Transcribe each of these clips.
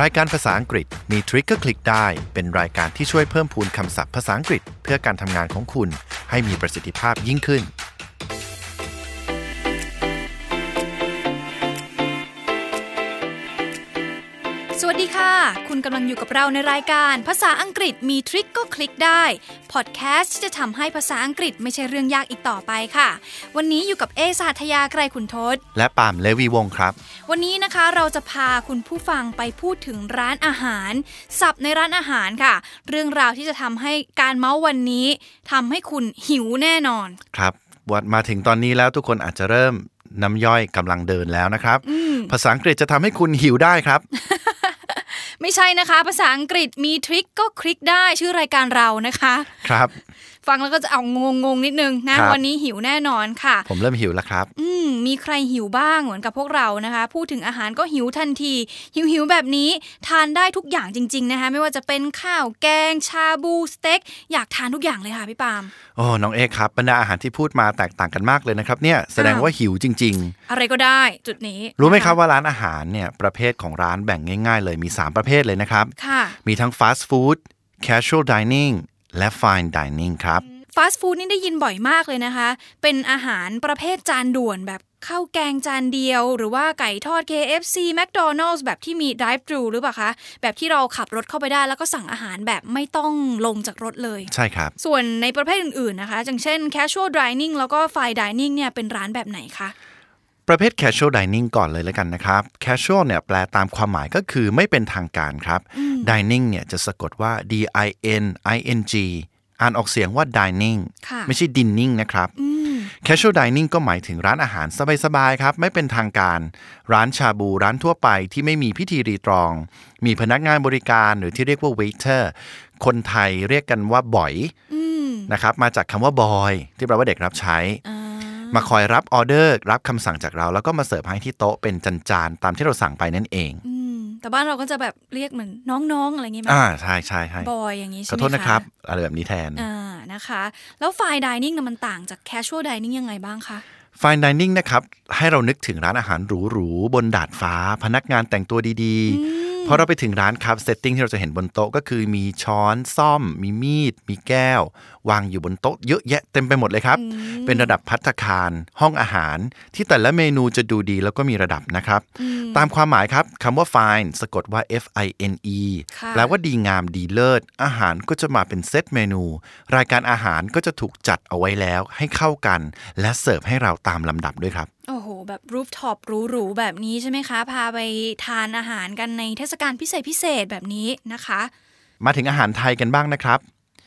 รายการภาษาอังกฤษมีทริกเกอร์คลิกได้ เป็นรายการที่ช่วยเพิ่มพูนคำศัพท์ภาษาอังกฤษ เพื่อการทำงานของคุณ ให้มีประสิทธิภาพยิ่งขึ้น สวัสดีค่ะ คุณกำลังอยู่กับเราในรายการภาษาอังกฤษมีทริคก็คลิกได้ พอดแคสต์ที่จะทำให้ภาษาอังกฤษไม่ใช่เรื่องยากอีกต่อไปค่ะ วันนี้อยู่กับเอสหัทยาไกรคุณทศ และปาล์มเลวีวงศ์ครับ วันนี้นะคะเราจะพาคุณผู้ฟังไปพูดถึงร้านอาหาร สับในร้านอาหารค่ะ เรื่องราวที่จะทำให้การเมาส์วันนี้ทำให้คุณหิวแน่นอน ครับวัดมาถึงตอนนี้แล้วทุกคนอาจจะเริ่มน้ำย่อยกำลังเดินแล้วนะครับ ภาษาอังกฤษจะทำให้คุณหิวได้ครับ ไม่ใช่นะคะ ภาษาอังกฤษมีทริคก็คลิกได้ชื่อรายการเรานะคะ ครับ ฟังแล้วก็จะเอางงงๆนิดนึงนะครับ วันนี้หิวแน่นอนค่ะ ผมเริ่มหิวแล้วครับ อืมมีใครหิวบ้างเหมือนกับพวกเรานะคะ พูดถึงอาหารก็หิวทันที หิวหิวๆแบบนี้ทานได้ทุกอย่างจริง ๆ นะคะ ไม่ว่าจะเป็นข้าวแกง ชาบูสเต็ก อยากทานทุกอย่างเลยค่ะพี่ปาล์ม โอ้น้องเอกครับบรรดาอาหารที่พูดมาแตกต่างกันมากเลยนะครับเนี่ยแสดง อ้าว ว่าหิวจริง อะไรก็ได้จุดนี้ ๆ รู้ไหม นะะ ครับว่าร้านอาหารเนี่ยประเภทของร้านแบ่งง่าย ๆ เลยมี 3 ประเภทเลยนะครับ ค่ะ มีทั้ง fast food casual dining และ fine dining ครับ ฟาสต์ฟู้ดนี่ได้ยินบ่อยมากเลยนะคะ เป็นอาหารประเภทจานด่วนแบบข้าวแกงจานเดียว หรือว่าไก่ทอด KFC McDonald's แบบที่มี drive thru หรือเปล่าคะแบบที่เราขับรถเข้าไปได้แล้วก็สั่งอาหารแบบไม่ต้องลงจากรถเลย ใช่ครับ ส่วนในประเภทอื่นๆ นะคะ อย่างเช่น casual dining แล้วก็ fine dining เนี่ย เป็นร้านแบบไหนคะ ประเภท casual dining ก่อนเลยแล้วกันนะครับ casual เนี่ยแปลตามความหมายก็คือไม่เป็นทางการครับ dining เนี่ยจะสะกดว่า d i n i n g อ่านออกเสียงว่า dining ค่ะ ไม่ใช่ dining นะครับ casual dining ก็หมายถึงร้านอาหารสบายๆครับ ไม่เป็นทางการ ร้านชาบูร้านทั่วไปที่ไม่มีพิธีรีตรอง มีพนักงานบริการหรือที่เรียกว่า waiter คนไทยเรียกกันว่าบ่อยนะครับมาจากคำว่า boy ที่แปลว่าเด็กรับใช้ มาคอยรับออเดอร์ รับคำสั่งจากเราแล้วก็มาเสิร์ฟให้ที่โต๊ะเป็นจานๆตามที่เราสั่งไปนั่นเอง อืม แต่บ้านเราก็จะแบบเรียกเหมือนน้อง ๆ อะไรเงงี้ยไหม อ่าใช่ใช่ใช่ บอย อย่างนี้ ขอใช่ไหม โทษนะครับ อะไรแบบนี้แทน อ่า นะคะ แล้ว fine dining นะมันต่างจาก casual dining ยังไงบ้างคะ Fine Dining นะครับ ให้เรานึกถึงร้านอาหารหรูๆ บนดาดฟ้า พนักงานแต่งตัวดีๆ พอเราไปถึงร้านครับเซตติ้งที่เราจะเห็นบนโต๊ะก็คือมีช้อนซ่อม มีมีด มีแก้ว วางอยู่บนโต๊ะเยอะแยะเต็มไปหมดเลยครับ เป็นระดับพัตตาคาร ห้องอาหาร ที่แต่ละเมนูจะดูดีแล้วก็มีระดับนะครับ ตามความหมายครับคำว่า fine สะกดว่า f i n e ค่ะ แปลว่าดีงามดีเลิศ อาหารก็จะมาเป็นเซตเมนู รายการอาหารก็จะถูกจัดเอาไว้แล้ว ให้เข้ากัน และเสิร์ฟให้เราตามลำดับด้วยครับ โอ้โห แบบ rooftop หรูๆ แบบนี้ใช่ไหมคะ พาไปทานอาหารกันในเทศกาลพิเศษพิเศษๆแบบนี้นะคะ มาถึงอาหารไทยกันบ้างนะครับ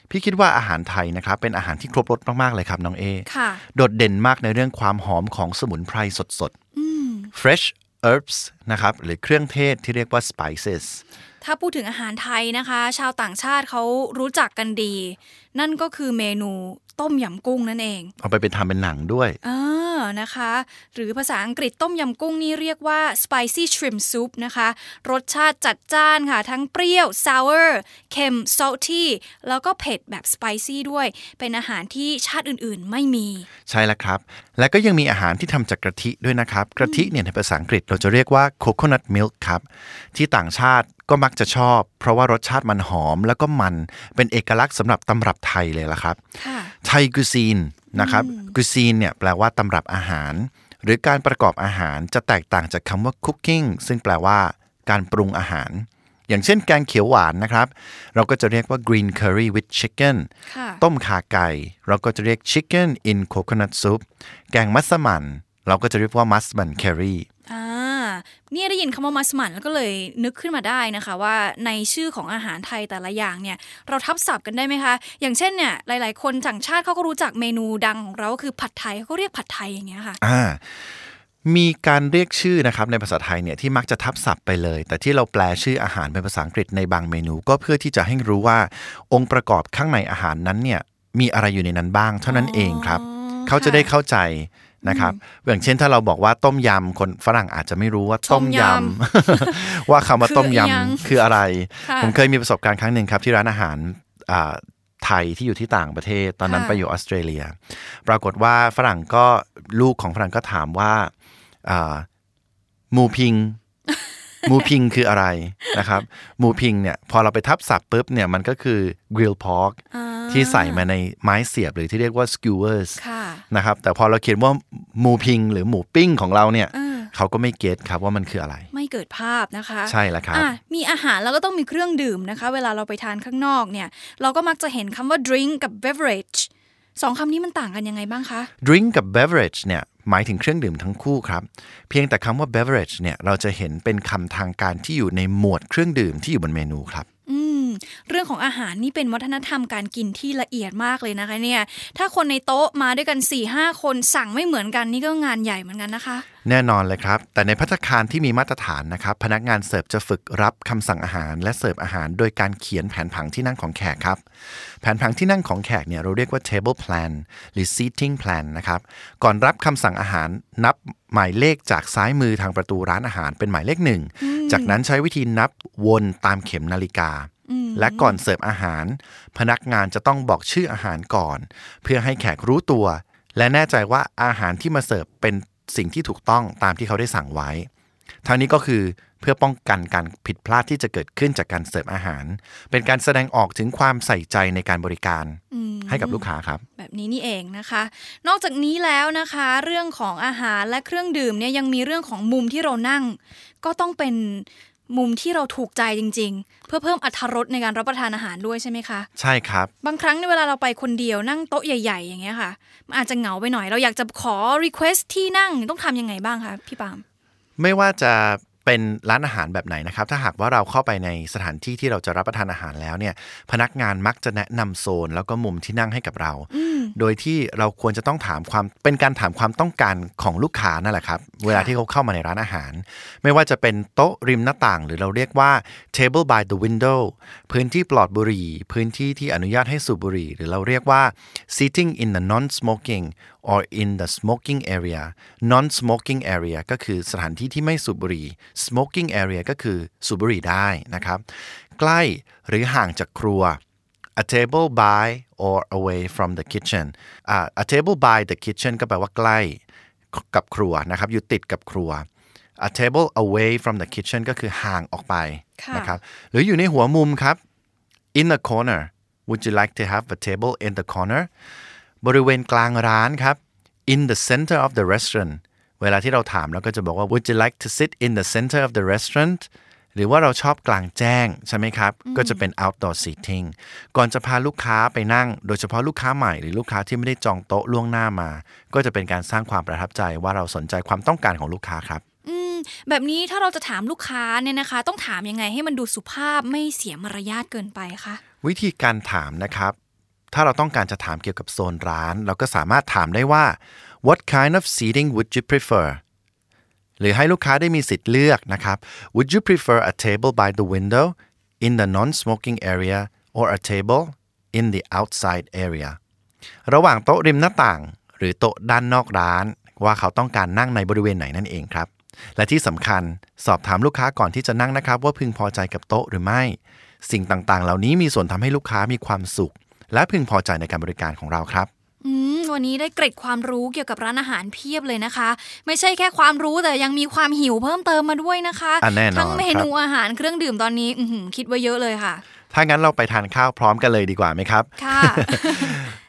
พี่คิดว่าอาหารไทยนะครับ เป็นอาหารที่ครบรสมาก ๆ เลยครับน้องเอ ค่ะ โดดเด่นมากในเรื่องความหอมของสมุนไพรสดๆ fresh herbs นะครับ หรือเครื่องเทศที่เรียกว่า spices ถ้าพูดถึงอาหารไทยนะคะ ชาวต่างชาติเขารู้จักกันดี นั่นก็คือเมนูต้มยำกุ้งนั่นเอง เอาไปเป็นทำเป็นหนังด้วย อ่านะคะ หรือภาษาอังกฤษต้มยำกุ้งนี่เรียกว่า spicy shrimp soup นะคะ รสชาติจัดจ้านค่ะ ทั้งเปรี้ยว sour เค็ม salty แล้วก็เผ็ดแบบ spicy ด้วย เป็นอาหารที่ชาติอื่นๆไม่มี ใช่แล้วครับ แล้วก็ยังมีอาหารที่ทำจากกะทิด้วยนะครับ กะทิเนี่ยในภาษาอังกฤษเราจะเรียกว่า coconut milk ครับ ที่ต่างชาติก็มักจะชอบ เพราะว่ารสชาติมันหอมแล้วก็มันเป็นเอกลักษณ์สำหรับตำรับไทยเลยล่ะครับ ค่ะ ไทยกูซีนนะครับกูซีนเนี่ยแปลว่าตำรับอาหาร หรือการประกอบอาหารจะแตกต่างจากคำว่า cooking ซึ่งแปลว่าการปรุงอาหาร อย่างเช่นแกงเขียวหวานนะครับ เราก็จะเรียกว่า green curry with chicken ค่ะ ต้มขาไก่ เราก็จะเรียก chicken in coconut soup แกงมัสมั่นเราก็จะเรียกว่า มัสมั่น curry อ่าเนี่ยได้ยินคำว่ามัสมั่นแล้วก็เลยนึกขึ้นมาได้นะคะ ว่าในชื่อของอาหารไทยแต่ละอย่างเนี่ย เราทับศัพท์กันได้ไหมคะ อย่างเช่นเนี่ยหลาย ๆ คนต่างชาติเขาก็รู้จักเมนูดังของเราก็คือผัดไทยเขาก็เรียกผัดไทยอย่างเงี้ยค่ะ อ่ามีการเรียกชื่อนะครับในภาษาไทยเนี่ยที่มักจะทับศัพท์ไปเลย แต่ที่เราแปลชื่ออาหารเป็นภาษาอังกฤษในบางเมนู ก็เพื่อที่จะให้รู้ว่า องค์ประกอบข้างในอาหารนั้นเนี่ยมีอะไรอยู่ในนั้นบ้าง เท่านั้นเองครับ เขาจะได้เข้าใจนะครับอย่างเช่นถ้าเราบอกว่าต้มยำคนฝรั่งอาจจะไม่รู้ว่าต้มย ต้มย ำ ว่าคำว่าต้มย คืออิหยัง ำคืออะไร ค่ะ ผมเคยมีประสบการณ์ครั้งหนึ่งครับที่ร้านอาหารอ่าไทยที่อยู่ที่ต่างประเทศ ตอนนั้น ค่ะ ไปอยู่ออสเตรเลีย ปรากฏว่าฝรั่งก็ ลูกของฝรั่งก็ถามว่าอ่าหมูพิง หมูพิงคืออะไรนะครับหมูพิงเนี่ยพอเราไปทับศัพท์ปุ๊บเนี่ยมันก็คือ grill pork อ่า ที่ใส่มาในไม้เสียบหรือที่เรียกว่า skewers ค่ะ นะครับแต่พอเราเขียนว่าหมูพิงหรือหมูปิ้งของเราเนี่ย เออ เขาก็ไม่เก็ตครับว่ามันคืออะไร ไม่เกิดภาพนะคะ ใช่แล้วครับ อ่ะมีอาหารแล้วก็ต้องมีเครื่องดื่มนะคะ เวลาเราไปทานข้างนอกเนี่ย เราก็มักจะเห็นคำว่า drink กับ beverage สองคำนี้มันต่างกันยังไงบ้างคะ Drink กับ beverage เนี่ยหมายถึงเครื่องดื่มทั้งคู่ครับ เพียงแต่คำว่า beverage เนี่ยเราจะเห็นเป็นคำทางการที่อยู่ในหมวดเครื่องดื่มที่อยู่บนเมนูครับ อืม เรื่องของอาหารนี่เป็นวัฒนธรรมการกินที่ละเอียดมากเลยนะคะ เนี่ย ถ้าคนในโต๊ะมาด้วยกัน4ี่ห้าคนสั่งไม่เหมือนกันนี่ก็งานใหญ่เหมือนกันนะคะ แน่นอนเลยครับ แต่ในพัตตาคารที่มีมาตรฐานนะครับ พนักงานเสิร์ฟจะฝึกรับคำสั่งอาหาร และเสิร์ฟอาหารโดยการเขียนแผนผังที่นั่งของแขกครับ แผนผังที่นั่งของแขกเนี่ยเราเรียกว่า table plan หรือ seating plan นะครับ ก่อนรับคำสั่งอาหารนับหมายเลขจากซ้ายมือทางประตูร้านอาหารเป็นหมายเลขหนึ่ง จากนั้นใช้วิธีนับวนตามเข็มนาฬิกา และก่อนเสิร์ฟอาหาร พนักงานจะต้องบอกชื่ออาหารก่อน เพื่อให้แขกรู้ตัว และแน่ใจว่าอาหารที่มาเสิร์ฟเป็นสิ่งที่ถูกต้องตามที่เขาได้สั่งไว้ ทางนี้ก็คือเพื่อป้องกันการผิดพลาดที่จะเกิดขึ้นจากการเสิร์ฟอาหาร เป็นการแสดงออกถึงความใส่ใจในการบริการให้กับลูกค้าครับ แบบนี้นี่เองนะคะ นอกจากนี้แล้วนะคะ เรื่องของอาหารและเครื่องดื่มเนี่ยยังมีเรื่องของมุมที่เรานั่ง ก็ต้องเป็นมุมที่เราถูกใจจริง ๆ เพื่อเพิ่มอรรถรสในการรับประทานอาหารด้วยใช่ไหมคะ ใช่ครับ บางครั้งในยเวลาเราไปคนเดียวนั่งโต๊ะใหญ่ ๆ อย่างเงี้ยค่ะมันอาจจะเหงาไปหน่อยเราอยากจะขอ request ที่นั่งต้องทำยังไงบ้างคะพี่ปาล์ม ไม่ว่าจะเป็นร้านอาหารแบบไหนนะครับ ถ้าหากว่าเราเข้าไปในสถานที่ที่เราจะรับประทานอาหารแล้วเนี่ย พนักงานมักจะแนะนำโซน แล้วก็มุมที่นั่งให้กับเรา โดยที่เราควรจะต้องถามความเป็นการถามความต้องการของลูกค้านั่นแหละครับ เวลาที่เขาเข้ามาในร้านอาหาร ไม่ว่าจะเป็นโต๊ะริมหน้าต่าง หรือเราเรียกว่า table by the window พื้นที่ปลอดบุหรี่ พื้นที่ที่อนุญาตให้สูบบุหรี่ หรือเราเรียกว่า sitting in the non-smoking or in the smoking area non-smoking area ก็คือสถานที่ที่ไม่สูบบุหรี่ smoking area ก็คือสูบบุหรี่ได้นะครับ ใกล้หรือห่างจากครัว a table by or away from the kitchen อ่า a table by the kitchen ก็แปลว่าใกล้กับครัวนะครับ อยู่ติดกับครัว a table away from the kitchen ก็คือห่างออกไปนะครับหรืออยู่ในหัวมุมครับ in the corner would you like to have a table in the corner บริเวณกลางร้านครับ in the center of the restaurant เวลาที่เราถามเราก็จะบอกว่า would you like to sit in the center of the restaurant หรือว่าเราชอบกลางแจ้งใช่ไหมครับ ก็จะเป็น outdoor seating ก่อนจะพาลูกค้าไปนั่ง โดยเฉพาะลูกค้าใหม่หรือลูกค้าที่ไม่ได้จองโต๊ะล่วงหน้ามา ก็จะเป็นการสร้างความประทับใจว่าเราสนใจความต้องการของลูกค้าครับ อืมแบบนี้ถ้าเราจะถามลูกค้าเนี่ยนะคะ ต้องถามยังไงให้มันดูสุภาพไม่เสียมารยาทเกินไปคะ วิธีการถามนะครับ ถ้าเราต้องการจะถามเกี่ยวกับโซนร้าน เราก็สามารถถามได้ว่า what kind of seating would you prefer หรือให้ลูกค้าได้มีสิทธิ์เลือกนะครับ would you prefer a table by the window in the non-smoking area or a table in the outside area ระหว่างโต๊ะริมหน้าต่าง หรือโต๊ะด้านนอกร้าน ว่าเขาต้องการนั่งในบริเวณไหนนั่นเองครับ และที่สำคัญสอบถามลูกค้าก่อนที่จะนั่งนะครับ ว่าพึงพอใจกับโต๊ะหรือไม่ สิ่งต่างๆ เหล่านี้มีส่วนทำให้ลูกค้ามีความสุข และพึงพอใจในการบริการของเราครับ อืมวันนี้ได้เกร็ดความรู้เกี่ยวกับร้านอาหารเพียบเลยนะคะ ไม่ใช่แค่ความรู้แต่ยังมีความหิวเพิ่มเติมมาด้วยนะคะ อ่ะแน่นอน ทั้งเม ครับ นูอาหารเครื่องดื่มตอนนี้อื้อหือคิดไว้เยอะเลยค่ะ ถ้างั้นเราไปทานข้าวพร้อมกันเลยดีกว่าไหมครับ ค่ะ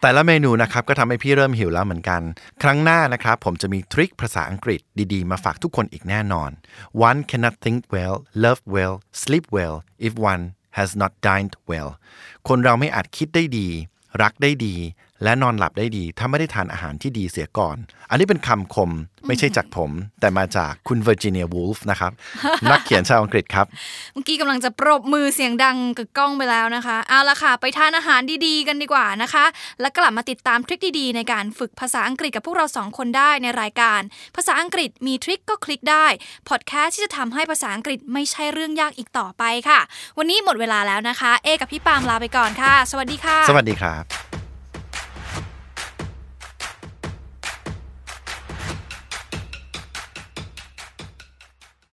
แต่ละเมนูนะครับก็ทำให้พี่เริ่มหิวแล้วเหมือนกัน ครั้งหน้านะครับ ผมจะมีทริคภาษาอังกฤษดีๆ มาฝากทุกคนอีกแน่นอน one cannot think well love well sleep well if one has not dined well คนเราไม่อาจคิดได้ดี รักได้ดี และนอนหลับได้ดี ถ้าไม่ได้ทานอาหารที่ดีเสียก่อน อันนี้เป็นคำคมไม่ใช่จากผม แต่มาจากคุณเวอร์จิเนียวูลฟ์ นะครับ นักเขียนชาวอังกฤษครับ เมื่อกี้กำลังจะปรบมือเสียงดังกึกก้องไปแล้วนะคะ เอาละค่ะ ไปทานอาหารดีๆ กันดีกว่านะคะ แล้วกลับมาติดตามทริคดีๆ ในการฝึกภาษาอังกฤษกับพวกเราสองคนได้ในรายการ ภาษาอังกฤษมีทริคก็คลิกได้ พอดแคสต์ที่จะทำให้ภาษาอังกฤษไม่ใช่เรื่องยากอีกต่อไปค่ะ วันนี้หมดเวลาแล้วนะคะ เอกับพี่ปาล์มลาไปก่อนค่ะ สวัสดีค่ะ สวัสดีครับ